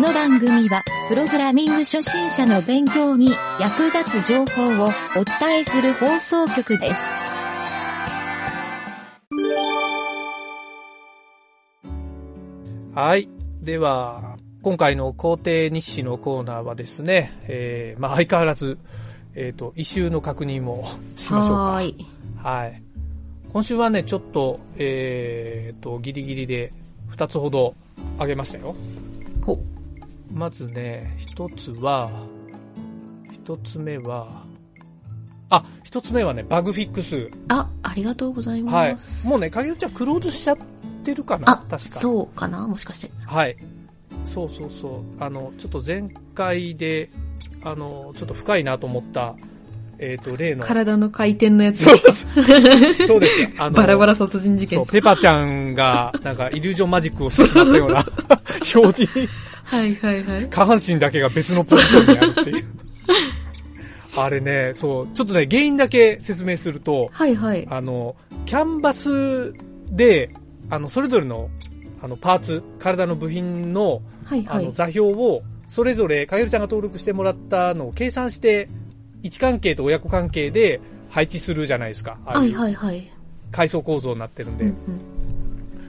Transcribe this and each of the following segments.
の番組は、プログラミング初心者の勉強に役立つ情報をお伝えする放送局です。はい。では、今回の皇帝日誌のコーナーはですね、えー、まあ相変わらず、えっ、と、異臭の確認もしましょうはか。ーい。はい。今週はね、ちょっと、えっ、と、ギリギリで2つほど上げましたよ。ほ。まずね、1つは、1つ目は、あ、1つ目はね、バグフィックス。あ、ありがとうございはまい。す。もうね、影うちはクローズしちゃってるかなあ確、か。そうかなもしかして。はい。そうそうそう。あの、ちょっと前回で、あの、ちょっと深いなと思った、えっ、と、例の。体の回転のやつ そうです。そうですよ。あの、バラバラ殺人事そ件う、。ペパちゃんが、なんか、イリュージョンマジックをしてしまっ たような、表示に、はいはいはい。下半身だけが別のポジションにあるっていう。あれね、そう、ちょっとね、原因だけ説明すると、はいはい。あの、キャンバスで、あの、それぞれの、あの、パーツ、体の部品の、はいあはの、い。座標を、それぞれ、かげるちゃんが登録してもらったのを計算して、位置関係と親子関係で配置するじゃないですか。ああはいいうはいはい。階層構造になってるんうんうで。ん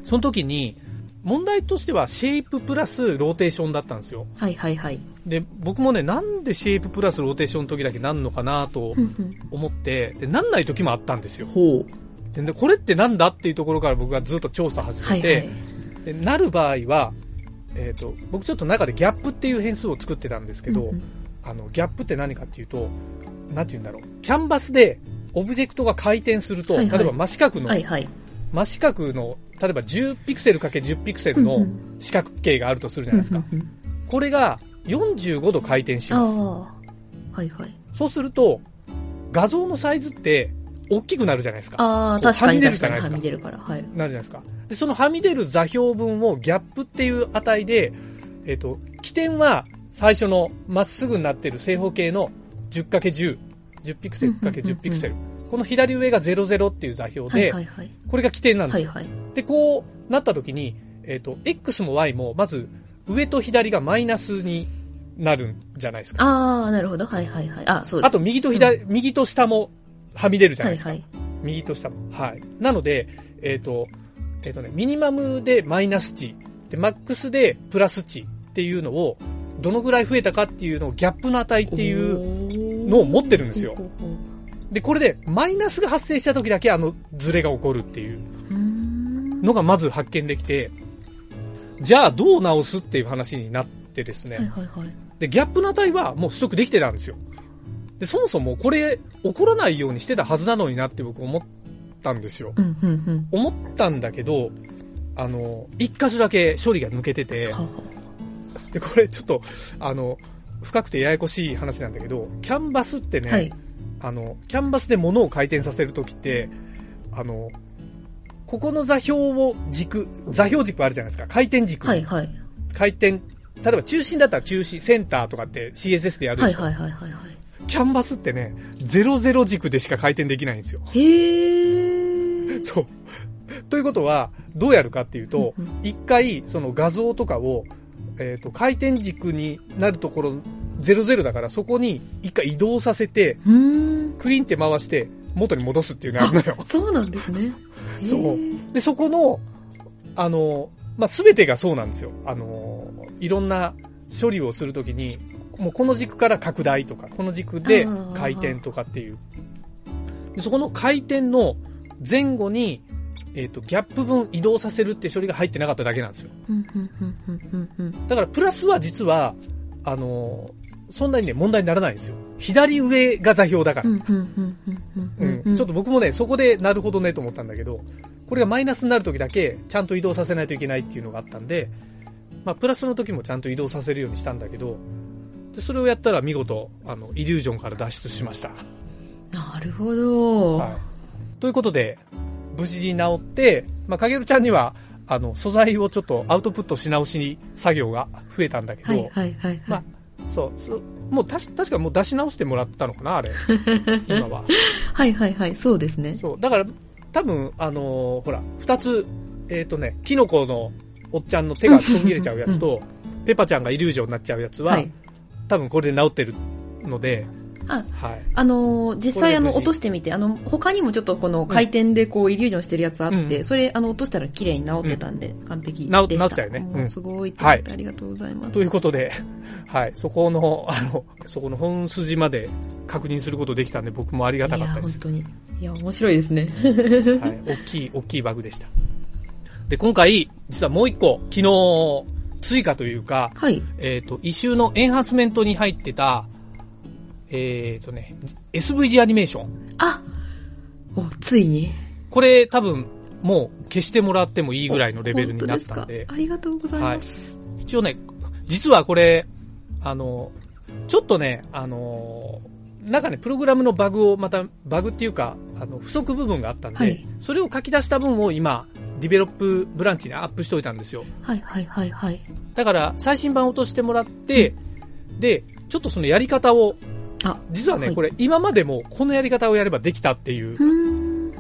その時に、問題としては、シェイププラスローテーションだったんですよ。はいはいはい。で、僕もね、なんでシェイププラスローテーションの時だけなんのかなとうんうん思って、で、なんない時もあったんですよ。ほで、でこれってなんだっていうところから僕がずっと調査始う。はめいて、はい。でなる場合は、えっ、と、僕ちょっと中でギャップっていう変数を作ってたんですけど、うんうんあの、ギャップって何かっていうと、なんて言うんだろう。キャンバスでオブジェクトが回転すると、はいはい例えば真四角の、はいはい。真四角の、例えば10ピクセル ×10 ピクセルうんうのん四角形があるとするじゃないですか。うんうんこれが45度回転しあまあ。はいはい。す。そうすると、画像のサイズって大きくなるじゃないですか。ああ、こう確かにはみ出る確じゃかなにいですはかみ出るから。はい。なるじゃないですか。で、そのはみ出る座標分をギャップっていう値で、えっ、と、起点は最初のまっすぐになってる正方形の 10×10、10ピクセル ×10 ピクセル。この左上が00っていう座標はいで、はいはい。これが起点なんではすいよ。はい。で、こうなった時に、えっ、と、X も Y も、まず上と左がマイナスになるんじゃないですか。ああ、なるほど。はいはいはい。あそうであす。と、右と左、右と下もはみ出るじゃなはいでいすか。はい。右と下も。はい。なので、えっ、と、えっ、とね、ミニマムでマイナス値、で、マックスでプラス値っていうのを、どのぐらい増えたかっていうのをギャップの値っていううのを持ってるんですよほ。うほうほで、これで、マイナスが発生した時だけあのズレが起こるっていうううーんのがまず発見できて、じゃあどう直すっていう話になってですね。はいはいはい。で、ギャップの値はもう取得できてたんですよ。で、そもそもこれ起こらないようにしてたはずなのになって僕思ったんですよ。うんうんうん。思ったんだけど、あの、一箇所だけ処理が抜けてては、はで、これちょっと、あの、深くてややこしい話なんだけど、キャンバスってね、はい。あの、キャンバスで物を回転させるときって、あの、ここの座標を軸、座標軸あるじゃないですか。回転軸。はいはい。回転。例えば中心だったら中心、センターとかって CSS でやるではいしょ。はいはいはいはキャンバスってね、00軸でしか回転できないんですよ。い。へえ。そう。ということは、どうやるかっていうとうんうん、一回、その画像とかを、えっ、と、回転軸になるところ、00だから、そこに一回移動させて、うーん。クリンって回して、元に戻すっていうのやるのよ。そうなんですね。へー そうで、そこの、あの、まあ、すべてがそうなんですよ。あの、いろんな処理をするときに、もうこの軸から拡大とか、この軸で回転とかっていう。でそこの回転の前後に、えっ、と、ギャップ分移動させるって処理が入ってなかっただけなんですよ。うんうんうんうんうんうん。だから、プラスは実は、あの、そんなにね、問題にならないんですよ。左上が座標だからう。んうんうんうんうんう。うんん、ちょっと僕もね、そこでなるほどねと思ったんだけど、これがマイナスになる時だけ、ちゃんと移動させないといけないっていうのがあったんで、まあ、プラスの時もちゃんと移動させるようにしたんだけど、でそれをやったら見事、あの、イリュージョンから脱出しました。なるほど。はい。ということで、無事に治って、まあ、かげるちゃんには、あの、素材をちょっとアウトプットし直しに作業が増えたんだけど、はいはいはいまはあそう、そう、もうたし、確かもう出し直してもらったのか な、あれ。今は。い。はいはいはい。そうですね。そう。だから、多分、あのーほら、二つ、えっ、とね、キノコのおっちゃんの手がちょん切れちゃうやつと、ペパちゃんがイリュージョンになっちゃうやつは、はい。多分これで治ってるので、あはい。あのー実これ際あ無の事落としてみて、あの、他にもちょっとこの回転でこうイリュージョンしてるやつあって、うんそれあの落としたら綺麗に治ってたんで、完璧で治した。治っちゃうよねもうんすごいってはいありがとうございます。ということで、 はい、そこの、あの、そこの本筋まで確認することできたんで、僕もありがたいかっや、たで本す。当に。いや、面白いですね。はい、大きい、大きいバグでした。で、今回、実はもう一個、昨日、追加というか、はい。えっ、と、異臭のエンハンスメントに入ってた、えっ、とね、SVG アニメーション。あお、ついに。これ多分、もう消してもらってもいいぐらいのレベルになったん本当ですかありがとうございます。一応ね、実はこれ、あの、ちょっとね、あの、なんかね、プログラムのバグをまた、バグっていうか、あの、不足部分があったんで、はいそれを書き出した分を今、ディベロップブランチにアップしといたんですよ。はい、はい、はい、はい。だから、最新版を落としてもらって、で、ちょっとそのやり方を、あ、実はね、はいこれ今までもこのやり方をやればできたっていううーん。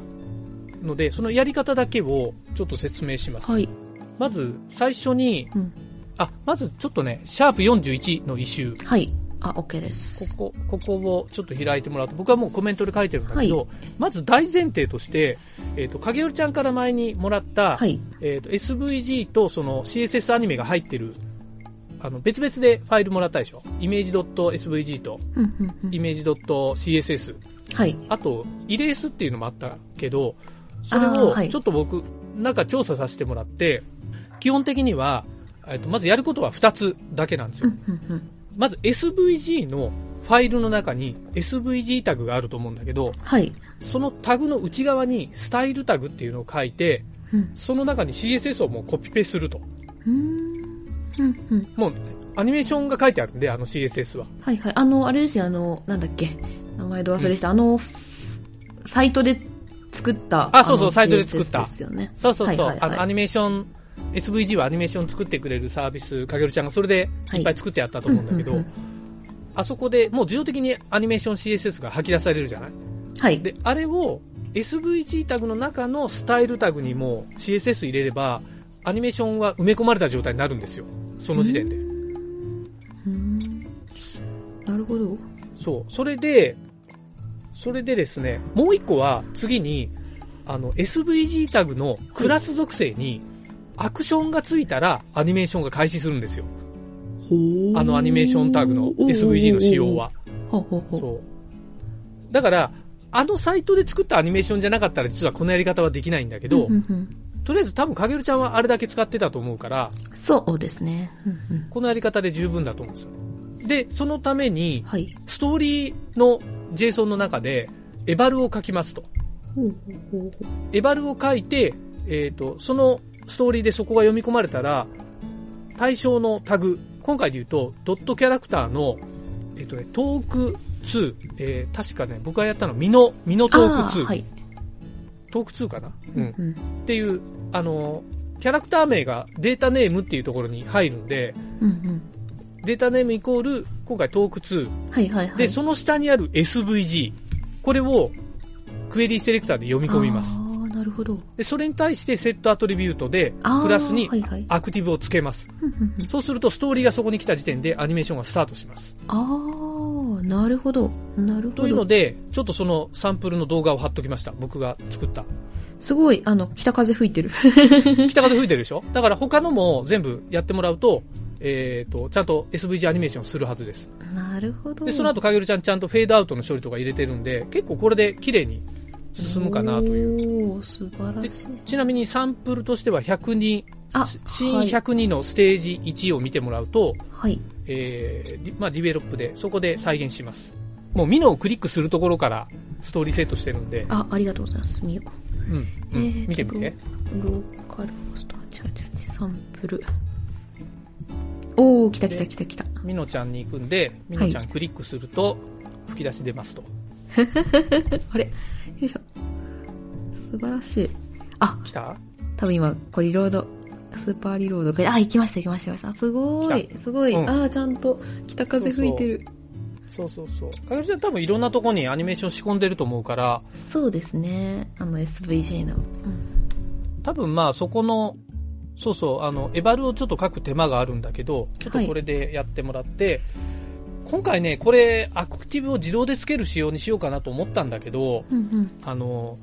の で、そのやり方だけをちょっと説明します。はい。まず、最初に、うんあ、まずちょっとね、シャープ41の異臭。はい。あ、OK です。ここ、ここをちょっと開いてもらうと、僕はもうコメントで書いてるんだけど、はまず大前提として、えっ、と、影織ちゃんから前にもらった、はい。えっ、と、SVG とその CSS アニメが入ってる、あの、別々でファイルもらったでしょ。イメージ .svg と、うん、うん、うイん。メージ .css。はい。あと、イレースっていうのもあったけど、それあーをはいちょっと僕、なんか調査させてもらって、基本的には、えっと、まずやることは2つだけなんですようん、うん、うん。まず SVG のファイルの中に SVG タグがあると思うんだけど、はい。そのタグの内側にスタイルタグっていうのを書いて、うん。その中に CSS をもうコピペすると。うーん。うん、うん。もうアニメーションが書いてあるんで、あの CSS は。はいはい。あの、あれですよ、あの、なんだっけ。名前ど忘れした。あの、サイトで作った。あそうそうのサイトで作ったですよね。そうそうそう。はいはいはいあのアニメーション、SVG はアニメーション作ってくれるサービス、かげるちゃんがそれでいっぱい作ってやったと思うんだけど、はいうんうんあそこでもう自動的にアニメーション CSS が吐き出されるじゃないはい。で、あれを SVG タグの中のスタイルタグにも CSS 入れれば、アニメーションは埋め込まれた状態になるんですよ。その時点で。うーんなるほど。そう。それで、それでですね、もう一個は次に、あの、SVG タグのクラス属性に、アクションがついたらアニメーションが開始するんですよ。あのアニメーションタグの SVG の仕様は。ほうほうほう。そう。だから、あのサイトで作ったアニメーションじゃなかったら実はこのやり方はできないんだけど、うんうんうんとりあえず多分かげるちゃんはあれだけ使ってたと思うから、そうですね。うんうんこのやり方で十分だと思うんですよ。で、そのために、はい。ストーリーの JSON の中で、エバルを書きますと。ほうほうほうほエバルを書いて、えっ、と、そのストーリーでそこが読み込まれたら、対象のタグ、今回で言うと、ドットキャラクターの、えっ、とね、トーク2、えー、確かね、僕がやったの、ミノ、ミノう。トークあ2、はい。トーク2かなうん。うんっていう、あの、キャラクター名がデータネームっていうところに入るんで、うんデータネームイコール、今回トーク2。うん。はいはいはい。で、その下にある SVG。これを、クエリーセレクターで読み込みますあ。あ、なるほど。で、それに対してセットアトリビュートで、あープラスにはいはいアクティブをつけます。うんうんうんそうすると、ストーリーがそこに来た時点でアニメーションがスタートします。ああ、なるほど。なるほど。というので、ちょっとそのサンプルの動画を貼っときました。僕が作った。すごい、あの、北風吹い てる。北風吹いてるでしょだから他のも全部やってもらうと、えっ、と、ちゃんと SVG アニメーションするはずです。なるほど。で、その後、かげるちゃんちゃんとフェードアウトの処理とか入れてるんで、結構これで綺麗に進むかなという。いう。おー素晴らしい。ちなみにサンプルとしては102、あ、新はい、 102のステージ1を見てもらうと、はい。えーリまあ、ディベロップで、そこで再現します。もうミノをクリックするところからストーリーセットしてるんで、あ、ありがとうございます。みよう。うん、うんえー見てみて。ローカルホスト、チャチャチサンプル。おー、来た来た来た来た。ミノちゃんに行くんで、ミノちゃんクリックすると、吹き出し出ますと。あれよいしょ。素晴らしい。あ、来た多分今、これリロード、スーパーリロードが、あ、行きました行きました行きました。すごい来、すごい。うんあー、ちゃんと北風吹いてる。そうそうそう。かぐるちゃん多分いろんなとこにアニメーション仕込んでると思うから、そうですね。あの SVG の。うん多分まあそこのそうそう、あの、エバルをちょっと書く手間があるんだけど、ちょっとこれでやってもらって、今回ね、これ、アクティブを自動でつける仕様にしようかなと思ったんだけど、うんうん。あの、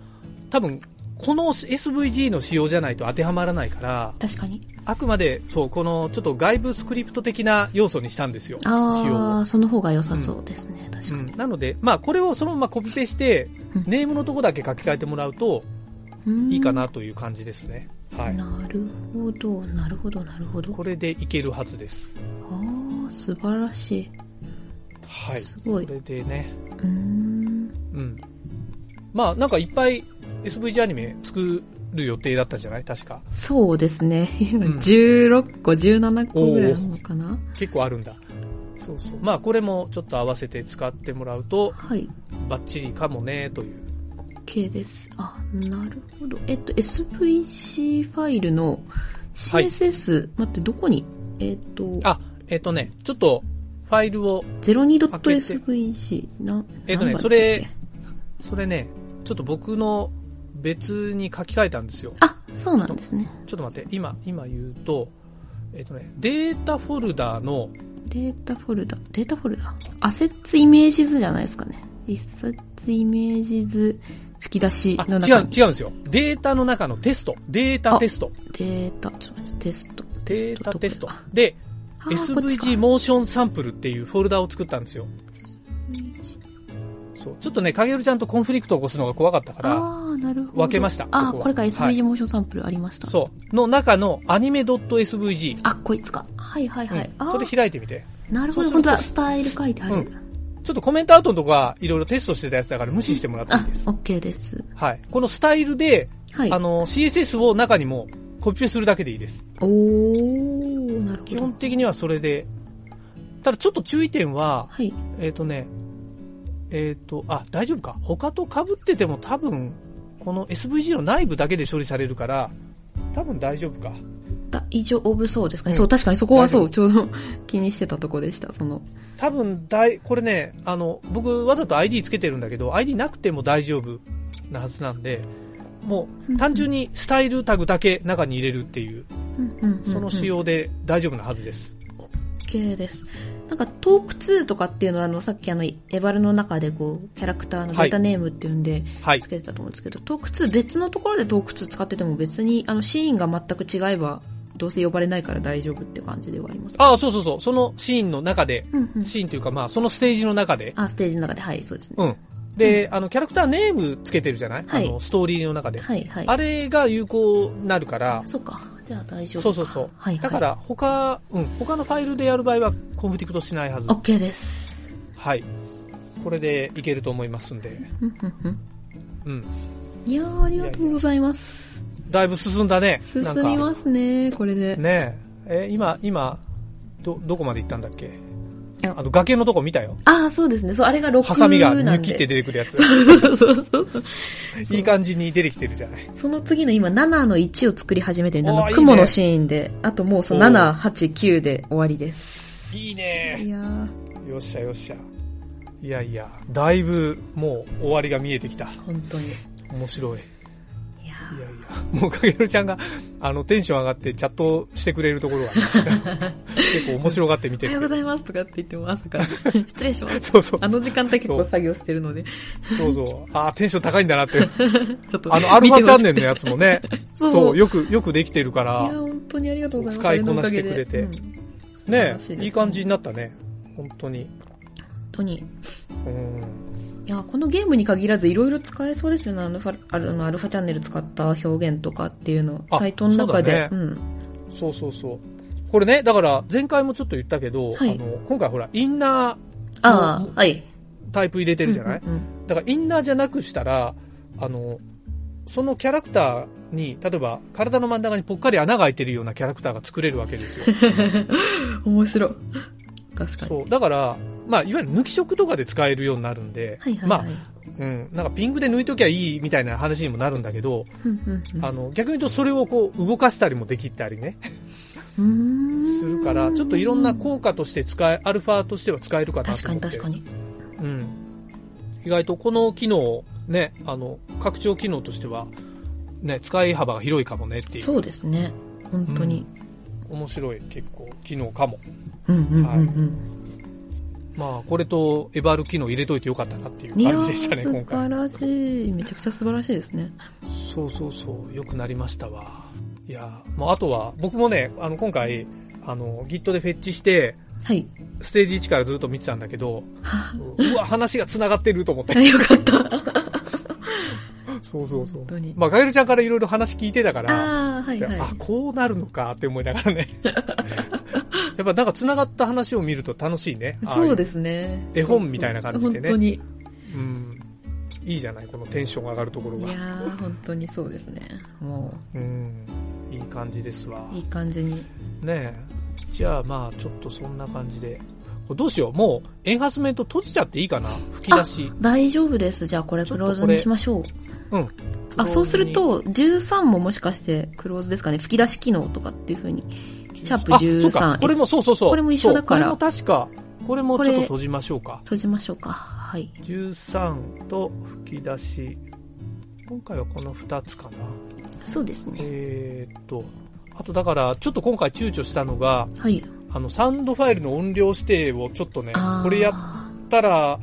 多分、この SVG の仕様じゃないと当てはまらないから、確かに。あくまで、そう、この、ちょっと外部スクリプト的な要素にしたんですよ。仕様あをあ、その方が良さそうですね。確かうに。ん、なので、まあ、これをそのままコピペしてうん、ネームのとこだけ書き換えてもらうとうんいいかなという感じですね。はい。なるほど、なるほど、なるほど。これでいけるはずです。ああ、素晴らしい。はい。すごい。こうれでね、ーん。うん。まあ、なんかいっぱい SVG アニメ作る予定だったじゃない確か。そうですね。今、うん16個、17個ぐらいあるのかな結構あるんだ。そうそう。まあ、これもちょっと合わせて使ってもらうと、はい。バッチリかもね、という。 OK です。あ、なるほど。えっと、SVC ファイルのはい CSS、待って、どこにえっと、あ、えっ、とね、ちょっと、ファイルを、 02.svc。な、えっと何番でしねたそれそれね、ちょっと僕の別に書き換えたんですよ。あ、そうなんですね。ちょっと待って、今、今言うと、えっ、とね、データフォルダーの、データフォルダ、データフォルダ。アセッツイメージ図じゃないですかね。一冊イメージ図吹き出しあ、の違中うに。、違うんですよ。データの中のテスト。データテスト。データ、ちょっと待って、テスト。データテストどこだ。で、あーこっちか SVG モーションサンプルっていうフォルダを作ったんですよ。そう。ちょっとね、かげるちゃんとコンフリクトを起こすのが怖かったから、ああ、なるほど。分けましたあこーこはこれかはい SVG モーションサンプルありました。そう。の中のアニメ .svg。あ、こいつか。はいはいはい。うあん。ーそれ開いてみて。なるほど、そ本うすると当だ。スタイル書いてある。うちょっとコメントアウトのとこはいろいろテストしてたやつだから無視してもらっていあいです、。 OK です。はい。このスタイルで、はい。あの、CSS を中にもコピペするだけでいいです。おー、なる基ほ本ど。的にはそれで。ただちょっと注意点は、はい。えっ、とね、えっ、と、あ、大丈夫か。他と被ってても多分、この SVG の内部だけで処理されるから、多分大丈夫か。大丈夫そうですかね。うんそう、確かにそこはそ大う、ちょうど 気にしてたとこでした。その、多分大、これね、あの、僕わざと ID つけてるんだけど、ID なくても大丈夫なはずなんで、もうんう単純にスタイルタグだけ中に入れるっていう、その仕様。様で大丈夫なはずです。 OK です。なんか、トーク2とかっていうのは、あの、さっきあの、エヴァルの中でこう、キャラクターのデはいータネームっていうんで、はいつ。けてたと思うんですけど、トーク2、別のところでトーク2使ってても別に、あの、シーンが全く違えば、どうせ呼ばれないから大丈夫って感じではあります。ああ、そうそうそう。そのシーンの中で、うんうん。シーンというかまあ、そのステージの中で、あ、ステージの中で、はい、そうですね。うん。で、あの、キャラクターネームつけてるじゃない、はいあの、ストーリーの中で。はい、はい。あれが有効になるから、そうか。じゃあ大丈夫そか。うそうそう。はい、はい。だか。ら、他、うん、他のファイルでやる場合は、コンフリクトしないはず。 OK です。はい。これでいけると思いますんで。うんうんうんうん。いやー、ありがとうございます。だいぶ進んだね。進なんみかますね、これで。ねえ。え、今、今、ど、どこまで行ったんだっけああの、崖のとこ見たよ。ああ、そうですね。そう、あれが6なんで。ハサミが抜きって出てくるや つ。そうそうそうそう。いい感じに出てきてるじゃない。その次の今、7の1を作り始めてるんであおーの、いいね雲のシーンで、あともうそのお7、8、9で終わりです。いいいね。やー、よっしゃよっしゃ。いやいや、だいぶ、もう終わりが見えてきた。本当に。い面白やい。いやいや、もうかげるちゃんが、あの、テンション上がってチャットしてくれるところが、 結構面白がってー、見おてはよるうごけど。ざいますとかって言っても朝 から、失礼します。そうそうあ。の時間帯結構作業してるので、そうそう。ああ、テンション高いん だなって。ちょっと。あの、アルファチャンネルのややつもね。 そうそう、よく、よくできてるかいや、ら、本当にありがとうございます。使いこなしてくれてあのおかげでうん素晴ねらしですいい感じになったね。本当に。本当に。うん。いや、このゲームに限らずいろいろ使えそうですよね。あのファ、あの、アルファチャンネル使った表現とかっていうの、あサイトの中で。そうそうそうそう。これね、だから、前回もちょっと言ったけど、はいあの、今回ほら、インナん。ああ、はい。ータイプ入れてるじゃない、うんうんだからインナーじゃなくしたら、あの、そのキャラクターに、例えば体の真ん中にぽっかり穴が開いてるようなキャラクターが作れるわけで すよ。うん面白い。確かに。そう。だから、まあ、いわゆる抜き色とかで使えるようになるんで、はいはい、まはあい。、うん、なんかピンクで抜いときゃいいみたいな話にもなるんだけど、うんうんうんあの、逆に言うとそれをこう動かしたりもできたりね、うーんするから、ちょっといろんな効果として使え、アルファとしては使えるかな確とか思にって。確かに。うん。意外とこの機能、ね、あの、拡張機能としては、ね、使い幅が広いかもねっていう。そうですね。本当に。面白い結構機能かも。うんうんうんうん。まあ、これとエバール機能入れといてよかったなっていういや感ーじでしたね、今回。素晴らしい。めちゃくちゃ素晴らしいですね。そうそうそう、良くなりましたわ。いやー、もうあとは、僕もね、あの、今回、あの、Git でフェッチして、はい。ステージ1からずっと見てたんだけど、はうわ、話が繋がってると思ってあ、。よかった。そうそうそう本当に。まあ、ガエルちゃんからいろいろ話聞いてたから、ああ、はいではい。あ、こうなるのかって思いながらね。やっぱなんか繋がった話を見ると楽しいね。ああいそうですね。絵本みたいな感じでね本当に。いうん。いいじゃない、このテンション上がるところやが。ー、本当にそうですね。もうん。いい感じですわ。う、いい感じに。ねえ。じゃあまあ、ちょっとそんな感じで。これどうしよう。もう、エンハースメント閉じちゃっていいかな吹き出し。大丈夫です。じゃあこれちょクっとロこーれズにしましょう。うん。あ、そうする、と、13ももしかしてクローズですかね。吹き出し機能とかっていう風に。シャープ13これも、そうそうそう。これも一緒だからそうこれも確か、これもちことょっれ閉じましょうか。閉じましょうか。はい。 13と吹き出し。今回はこの2つかな。そうですね。えーっと、あとだから、ちょっと今回躊躇したのが、はい。あの、サウンドファイルの音量指定をちょっとねあ、ーこれやったら、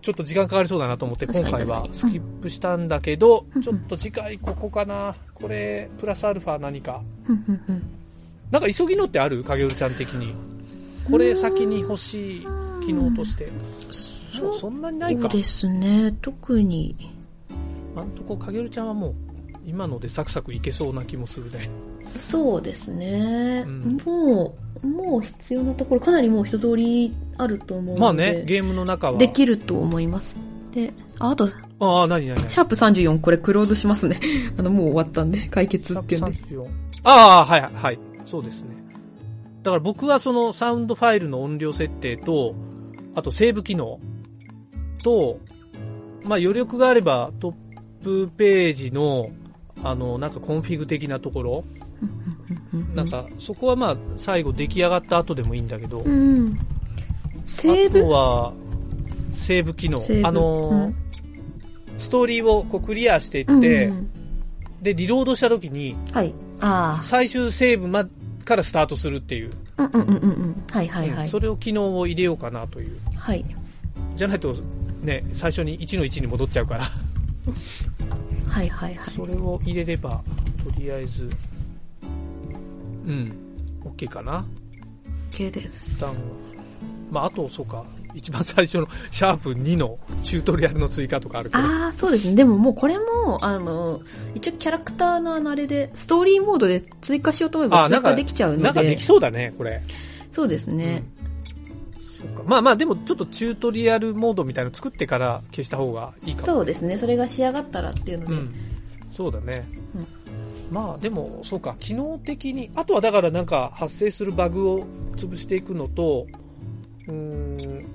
ちょっと時間かかりそうだなと思って、確今かに回は確かにスキップしたんだけどう、んちょっと次回ここかな。これ、プラスアルファ何か。ふんふんふんなんか急ぎのってある影るちゃん的に。これ先に欲しい機能として。もうそんなにないそかう。ですね。特に。あんとこ影るちゃんはもう、今のでサクサクいけそうな気もするね。そうですね。うんもう、もう必要なところ、かなりもう一通りあると思うので。まあね、ゲームの中は。できると思います。で、あ、あと、シああ、なになにャープ34、これクローズしますね。 あの、もう終わったんで、解決っていうんで。 134ああ、はい、はい。そうですね。だから僕はそのサウンドファイルの音量設定と、あとセーブ機能と、まあ余力があればトップページの、あの、なんかコンフィグ的なところ、なんかそこはまあ最後出来上がった後でもいいんだけどう、ん。セーあとブは、セーブ機能セー。ブあのー、ストーリーをこうクリアしていって、うんうんで、リロードした時に、うんはい。あ最終セーブま、からスタートするっていう。あ。うんうんうんうん。はいはいはうんいそ。れを機能を入れようかなという。はい。じゃないと、ね、最初に1の1に戻っちゃうから。はいはいはい。 それを入れれば、とりあえず、うん、OK かな。 OK です一。旦まあ、あと、そうか。一番最初の、シャープ2のチュートリアルの追加とかあるけど。ああ、そうですね。でももうこれも、あの、一応キャラクターのあのあれで、ストーリーモードで追加しようと思えあーばな追んか加できちゃうので。なんかできそうだね、これ。そうですね。うん。そうか。まあまあ、でもちょっとチュートリアルモードみたいの作ってから消した方がいいかも。そうですね。それが仕上がったらっていうのうで。ん、そうだね、うんまあでもそうか機能的にあとはだからなんか発生するバグを潰していくのとうーん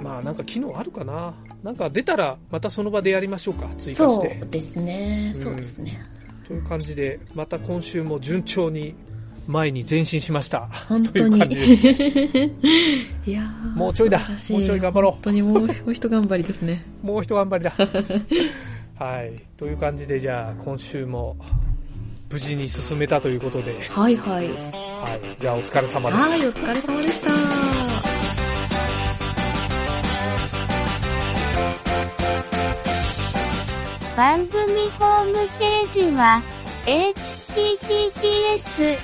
まあなんか機能あるかななんか出たらまたその場でやりましょうか追加しそてうですね。うんそうですね。という感じでまた今週も順調に前に前進しました本当というに。感じで すいや ーもうちょいだ素晴らしもうちょい頑張ろう本当にもう、もう一頑張りですね。もう一頑 張りだはいという感じでじゃあ今週も無事に進めたということで、はいはい。はい、じゃあお疲れ様でしたはい、お疲れ様でした。番組ホームページは、https,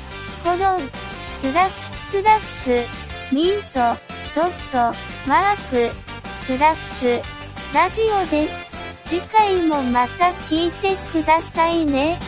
コロン、スラッシュスラッシュ、ミント、ドット、マーク、スラッシュ、ラジオです。次回もまた聞いてくださいね。